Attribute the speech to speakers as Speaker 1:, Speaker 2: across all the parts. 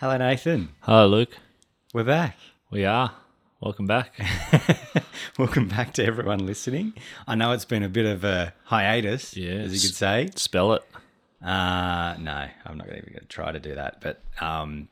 Speaker 1: Hello, Nathan.
Speaker 2: Hello, Luke.
Speaker 1: We're back.
Speaker 2: We are. Welcome back.
Speaker 1: Welcome back to everyone listening. I know it's been a bit of a hiatus, as you
Speaker 2: Yes.
Speaker 1: could say.
Speaker 2: Spell it.
Speaker 1: Uh, no, I'm not even going to try to do that. But um,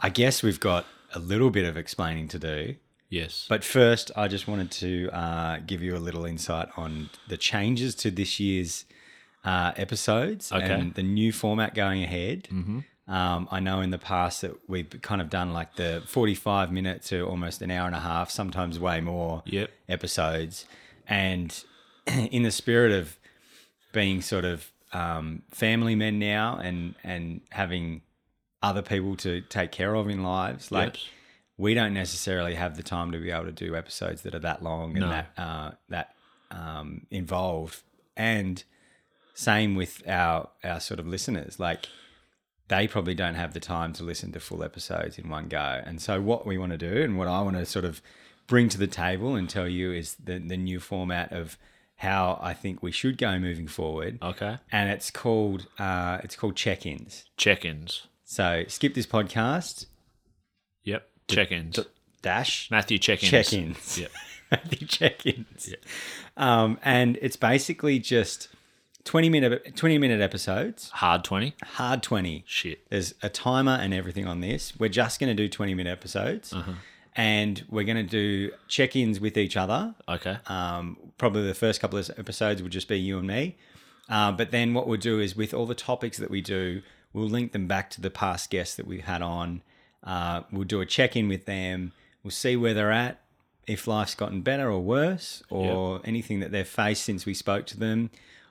Speaker 1: I guess we've got a little bit of explaining to do.
Speaker 2: Yes.
Speaker 1: But first, I just wanted to uh, give you a little insight on the changes to this year's uh, episodes
Speaker 2: Okay. Mm-hmm.
Speaker 1: and the new format going ahead. Um, I know in the past that we've kind of done like the 45 minute to almost an hour and a half, sometimes way more
Speaker 2: Yep.
Speaker 1: episodes. And in the spirit of being sort of um, family men now and, and having other people to take care of in lives, like
Speaker 2: Yep.
Speaker 1: we don't necessarily have the time to be able to do episodes that are that long and
Speaker 2: No.
Speaker 1: that uh, that um, involved. And same with our our sort of listeners, like they probably don't have the time to listen to full episodes in one go. And so, what we want to do, and what I want to sort of bring to the table and tell you, is the the new format of how I think we should go moving forward.
Speaker 2: Okay.
Speaker 1: And it's called uh, it's called check-ins.
Speaker 2: Check-ins.
Speaker 1: So skip this podcast
Speaker 2: Yep. Check-ins.
Speaker 1: dash
Speaker 2: Matthew check-ins.
Speaker 1: check-ins.
Speaker 2: Yep.
Speaker 1: the check-ins. Um, and it's basically just 20 minute 20 minute episodes,
Speaker 2: Hard twenty.
Speaker 1: hard 20.
Speaker 2: Shit.
Speaker 1: There's a timer and everything on this. We're just going to do 20 minute episodes. And we're going to do check-ins with each other.
Speaker 2: Okay.
Speaker 1: Um, probably the first couple of episodes will just be you and me. Uh, but then what we'll do is with all the topics that we do, we'll link them back to the past guests that we've had on. Uh, we'll do a check in with them. We'll see where they're at, if life's gotten better or worse, or anything that they've faced since we spoke to them,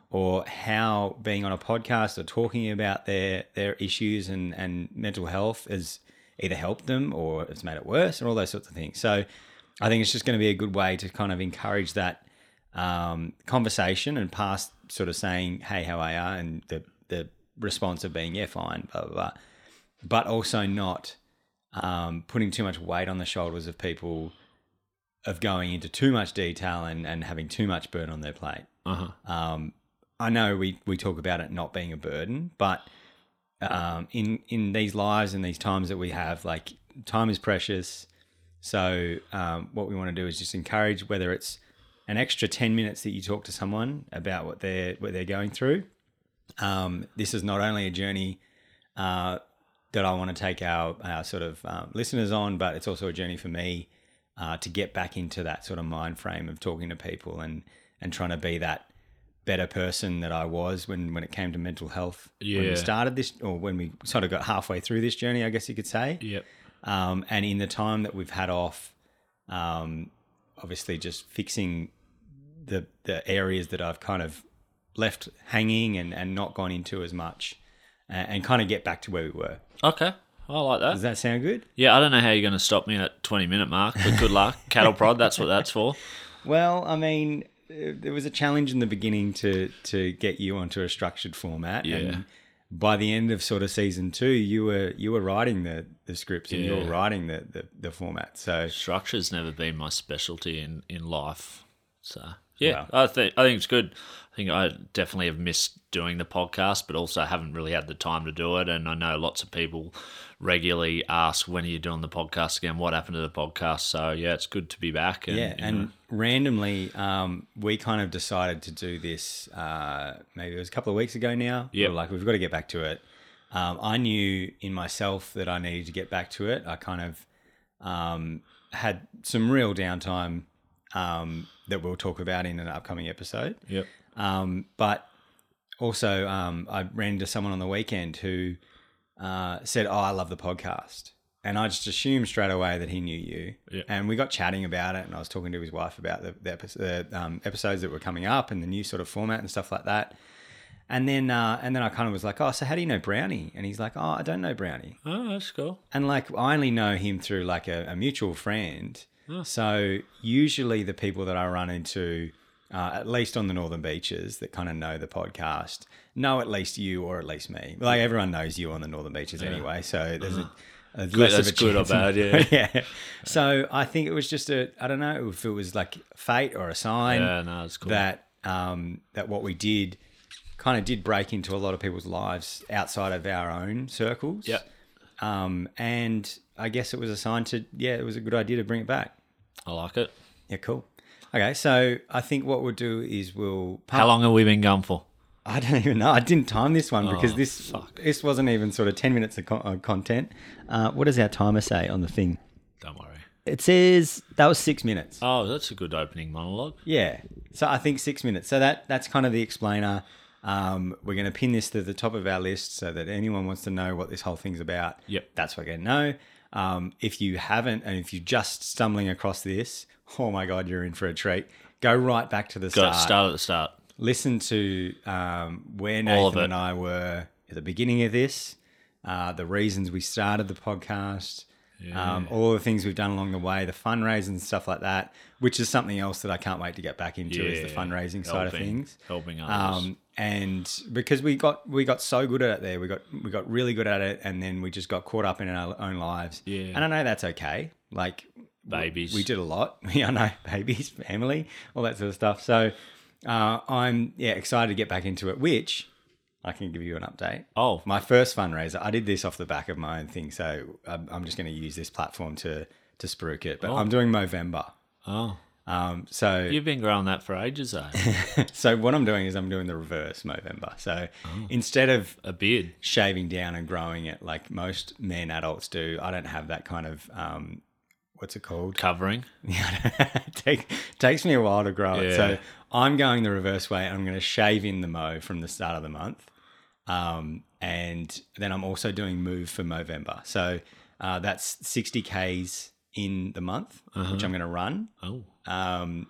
Speaker 1: or how being on a podcast or talking about their their issues and, and mental health has either helped them or it's made it worse, and all those sorts of things. So I think it's just going to be a good way to kind of encourage that um, conversation and past sort of saying, "Hey, how are you?" and the the response of being, "Yeah, fine," blah blah blah, but also not um, putting too much weight on the shoulders of people of going into too much detail and, and having too much burden on their plate.
Speaker 2: Uh-huh.
Speaker 1: Um, I know we we talk about it not being a burden, but um, in in these lives and these times that we have, like time is precious. So um, what we want to do is just encourage whether it's an extra ten minutes that you talk to someone about what they're what they're going through. Um, this is not only a journey uh, that I want to take our our sort of um, listeners on, but it's also a journey for me uh, to get back into that sort of mind frame of talking to people and and trying to be that better person that I was when when it came to mental health when
Speaker 2: Yeah.
Speaker 1: we started this or when we sort of got halfway through this journey, I guess you could say.
Speaker 2: Yep.
Speaker 1: Um, and in the time that we've had off, um, obviously just fixing the the areas that I've kind of left hanging and, and not gone into as much, and, and kind of get back to where we were.
Speaker 2: Okay. I like that.
Speaker 1: Does that sound good?
Speaker 2: Yeah, I don't know how you're going to stop me at 20 minute mark, but good luck. Cattle prod, that's what that's for.
Speaker 1: Well, I mean, uh, there was a challenge in the beginning to to get you onto a structured format.
Speaker 2: Yeah.
Speaker 1: And by the end of sort of season two, you were you were writing the, the scripts and you were
Speaker 2: Yeah.
Speaker 1: writing the, the, the format. So
Speaker 2: Structure's never been my specialty in, in life. So, yeah,
Speaker 1: Wow.
Speaker 2: I, think, I think it's good. I think I definitely have missed doing the podcast, but also haven't really had the time to do it. And I know lots of people regularly ask, when are you doing the podcast again? What happened to the podcast? So, yeah, it's good to be back. And,
Speaker 1: Yeah,
Speaker 2: you know,
Speaker 1: and randomly, um, we kind of decided to do this. Uh, maybe it was a couple of weeks ago now. We
Speaker 2: Yep.
Speaker 1: were like we've got to get back to it. Um, I knew in myself that I needed to get back to it. I kind of um, had some real downtime um, that we'll talk about in an upcoming episode.
Speaker 2: yep.
Speaker 1: Um, but also, um, I ran into someone on the weekend who uh, said, "Oh, I love the podcast," and I just assumed straight away that he knew you.
Speaker 2: Yeah.
Speaker 1: And we got chatting about it, and I was talking to his wife about the, the, epi- the um, episodes that were coming up and the new sort of format and stuff like that. And then, uh, and then I kind of was like, "Oh, so how do you know Brownie?" And he's like, "Oh, I don't know Brownie."
Speaker 2: Oh, that's cool.
Speaker 1: And like, I only know him through like a, a mutual friend. So usually the people that I run into uh, at least on the northern beaches that kind of know the podcast know at least you or at least me. Like everyone knows you on the northern beaches anyway, so there's a, a less
Speaker 2: Uh-huh. that's
Speaker 1: of a
Speaker 2: good or
Speaker 1: chance.
Speaker 2: bad, yeah.
Speaker 1: yeah. So I think it was just a I don't know if it was like fate or a sign
Speaker 2: Yeah, no, it's cool.
Speaker 1: that um, that what we did kind of did break into a lot of people's lives outside of our own circles.
Speaker 2: yeah.
Speaker 1: Um, and I guess it was a sign to yeah, it was a good idea to bring it back.
Speaker 2: I like it.
Speaker 1: Yeah, cool. Okay, so I think what we'll do is we'll.
Speaker 2: How long have we been going for?
Speaker 1: I don't even know. I didn't time this one because
Speaker 2: Oh,
Speaker 1: this this wasn't even sort of ten minutes of, con- of content. Uh, what does our timer say on the thing?
Speaker 2: Don't worry.
Speaker 1: It says that was six minutes.
Speaker 2: Oh, that's a good opening monologue.
Speaker 1: Yeah. So I think six minutes. So that that's kind of the explainer. Um, we're going to pin this to the top of our list so that anyone wants to know what this whole thing's about.
Speaker 2: Yep.
Speaker 1: That's what we're going to know. Um, if you haven't, and if you're just stumbling across this, oh my God, you're in for a treat. Go right back to the
Speaker 2: Go
Speaker 1: start.
Speaker 2: start at the start.
Speaker 1: Listen to um, where
Speaker 2: All of
Speaker 1: Nathan
Speaker 2: it.
Speaker 1: and I were at the beginning of this, uh, the reasons we started the podcast, um, all the things we've done along the way, the fundraising and stuff like that, which is something else that I can't wait to get back into is the
Speaker 2: Yeah,
Speaker 1: fundraising side of
Speaker 2: helping-
Speaker 1: things.
Speaker 2: Helping others.
Speaker 1: Um, and because we got we got so good at it there, we got we got really good at it, and then we just got caught up in our own lives.
Speaker 2: Yeah.
Speaker 1: and I know that's okay. Like
Speaker 2: Babies.
Speaker 1: we did a lot. Yeah, I know babies, family, all that sort of stuff. So uh, I'm yeah excited to get back into it. Which I can give you an update.
Speaker 2: oh,
Speaker 1: My first fundraiser, I did this off the back of my own thing, so I'm, I'm just going to use this platform to to spruik it. But I'm doing Movember.
Speaker 2: oh.
Speaker 1: Um, so
Speaker 2: You've been growing that for ages, though.
Speaker 1: so what I'm doing is I'm doing the reverse Movember. So instead of
Speaker 2: a beard.
Speaker 1: shaving down and growing it like most men adults do, I don't have that kind of um, what's it called?
Speaker 2: Covering.
Speaker 1: it take, takes me a while to grow it. So
Speaker 2: Yeah.
Speaker 1: I'm going the reverse way. I'm going to shave in the mo from the start of the month. Um, and then I'm also doing move for Movember. So uh, that's 60Ks in the month, which I'm going to run.
Speaker 2: Oh.
Speaker 1: Um,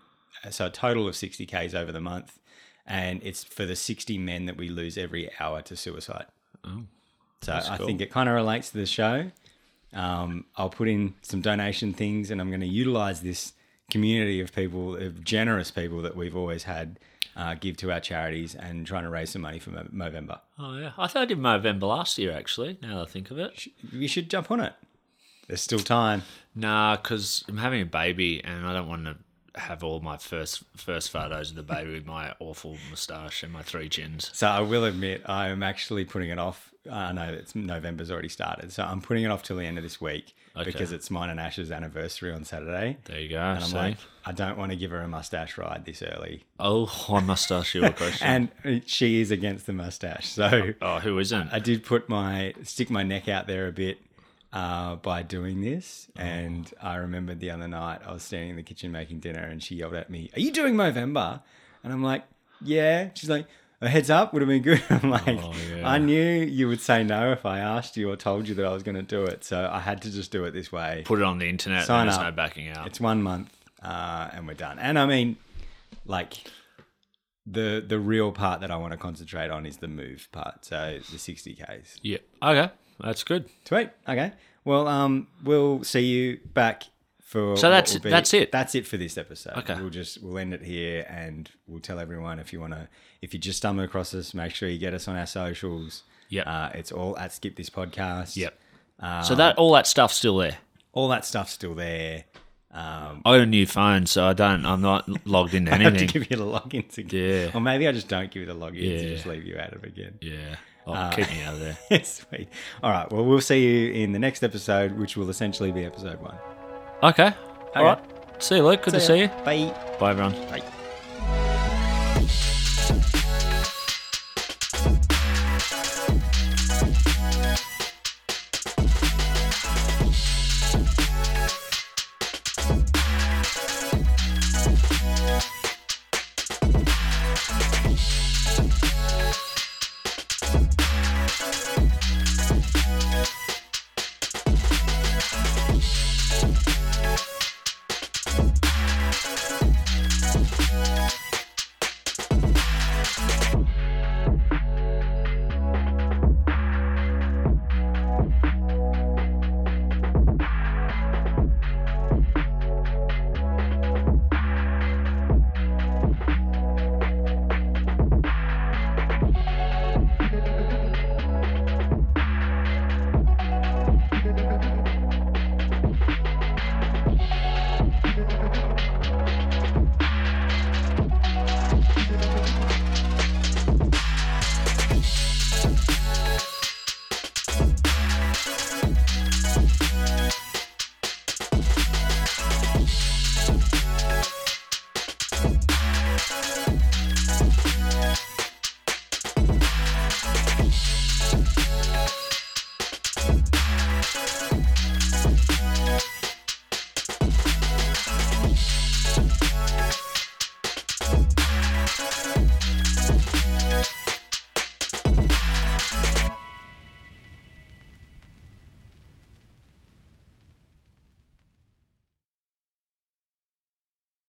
Speaker 1: so a total of 60 Ks over the month. And it's for the 60 men that we lose every hour to suicide.
Speaker 2: Oh.
Speaker 1: So I think it kind of relates to the show. Um, I'll put in some donation things and I'm going to utilize this community of people, of generous people that we've always had uh, give to our charities and trying to raise some money for Mo- Movember.
Speaker 2: Oh, yeah. I think I did Movember last year, actually, now that I think of it.
Speaker 1: You should jump on it. There's still time.
Speaker 2: Nah, because I'm having a baby and I don't want to have all my first first photos of the baby with my awful moustache and my three chins.
Speaker 1: So I will admit, I'm actually putting it off. I know it's November's already started, so I'm putting it off till the end of this week because it's mine and Ash's anniversary on Saturday.
Speaker 2: There you go. And
Speaker 1: I'm like, I don't want to give her a mustache ride this early,
Speaker 2: oh, I mustache you a question.
Speaker 1: and she is against the mustache. So
Speaker 2: oh, who isn't?
Speaker 1: I did put my stick my neck out there a bit uh, by doing this, and I remembered the other night I was standing in the kitchen making dinner, and she yelled at me, "Are you doing Movember?" And I'm like, "Yeah." She's like, "A heads up would have been good." I'm like,
Speaker 2: yeah.
Speaker 1: "I knew you would say no if I asked you or told you that I was going to do it, so I had to just do it this way."
Speaker 2: Put it on the internet.
Speaker 1: Sign
Speaker 2: and there's
Speaker 1: up.
Speaker 2: no backing out.
Speaker 1: It's one month, uh, and we're done. And I mean, like the the real part that I want to concentrate on is the move part, so the 60ks.
Speaker 2: yeah. Okay. That's good.
Speaker 1: Sweet. Okay. Well, um, we'll see you back for.
Speaker 2: So
Speaker 1: what
Speaker 2: that's-
Speaker 1: will be-
Speaker 2: that's it?
Speaker 1: That's it for this episode.
Speaker 2: Okay.
Speaker 1: We'll just we'll end it here, and we'll tell everyone if you want to, if you just stumble across us, make sure you get us on our socials.
Speaker 2: Yep.
Speaker 1: Uh, it's all at skip this podcast.
Speaker 2: Yep. so that all that stuff's still there.
Speaker 1: All that stuff's still there.
Speaker 2: I got a new phone, so I don't. I'm not logged into
Speaker 1: I have to
Speaker 2: anything.
Speaker 1: give you the logins again.
Speaker 2: Yeah.
Speaker 1: Or maybe I just don't give you the logins and
Speaker 2: Yeah.
Speaker 1: just leave you out of it again.
Speaker 2: yeah. Oh, keep me out of there.
Speaker 1: Sweet. All right. Well, we'll see you in the next episode, which will essentially be episode one.
Speaker 2: Okay.
Speaker 1: Okay.
Speaker 2: All right. See you, Luke. Good to see you.
Speaker 1: Bye.
Speaker 2: Bye, everyone.
Speaker 1: Bye.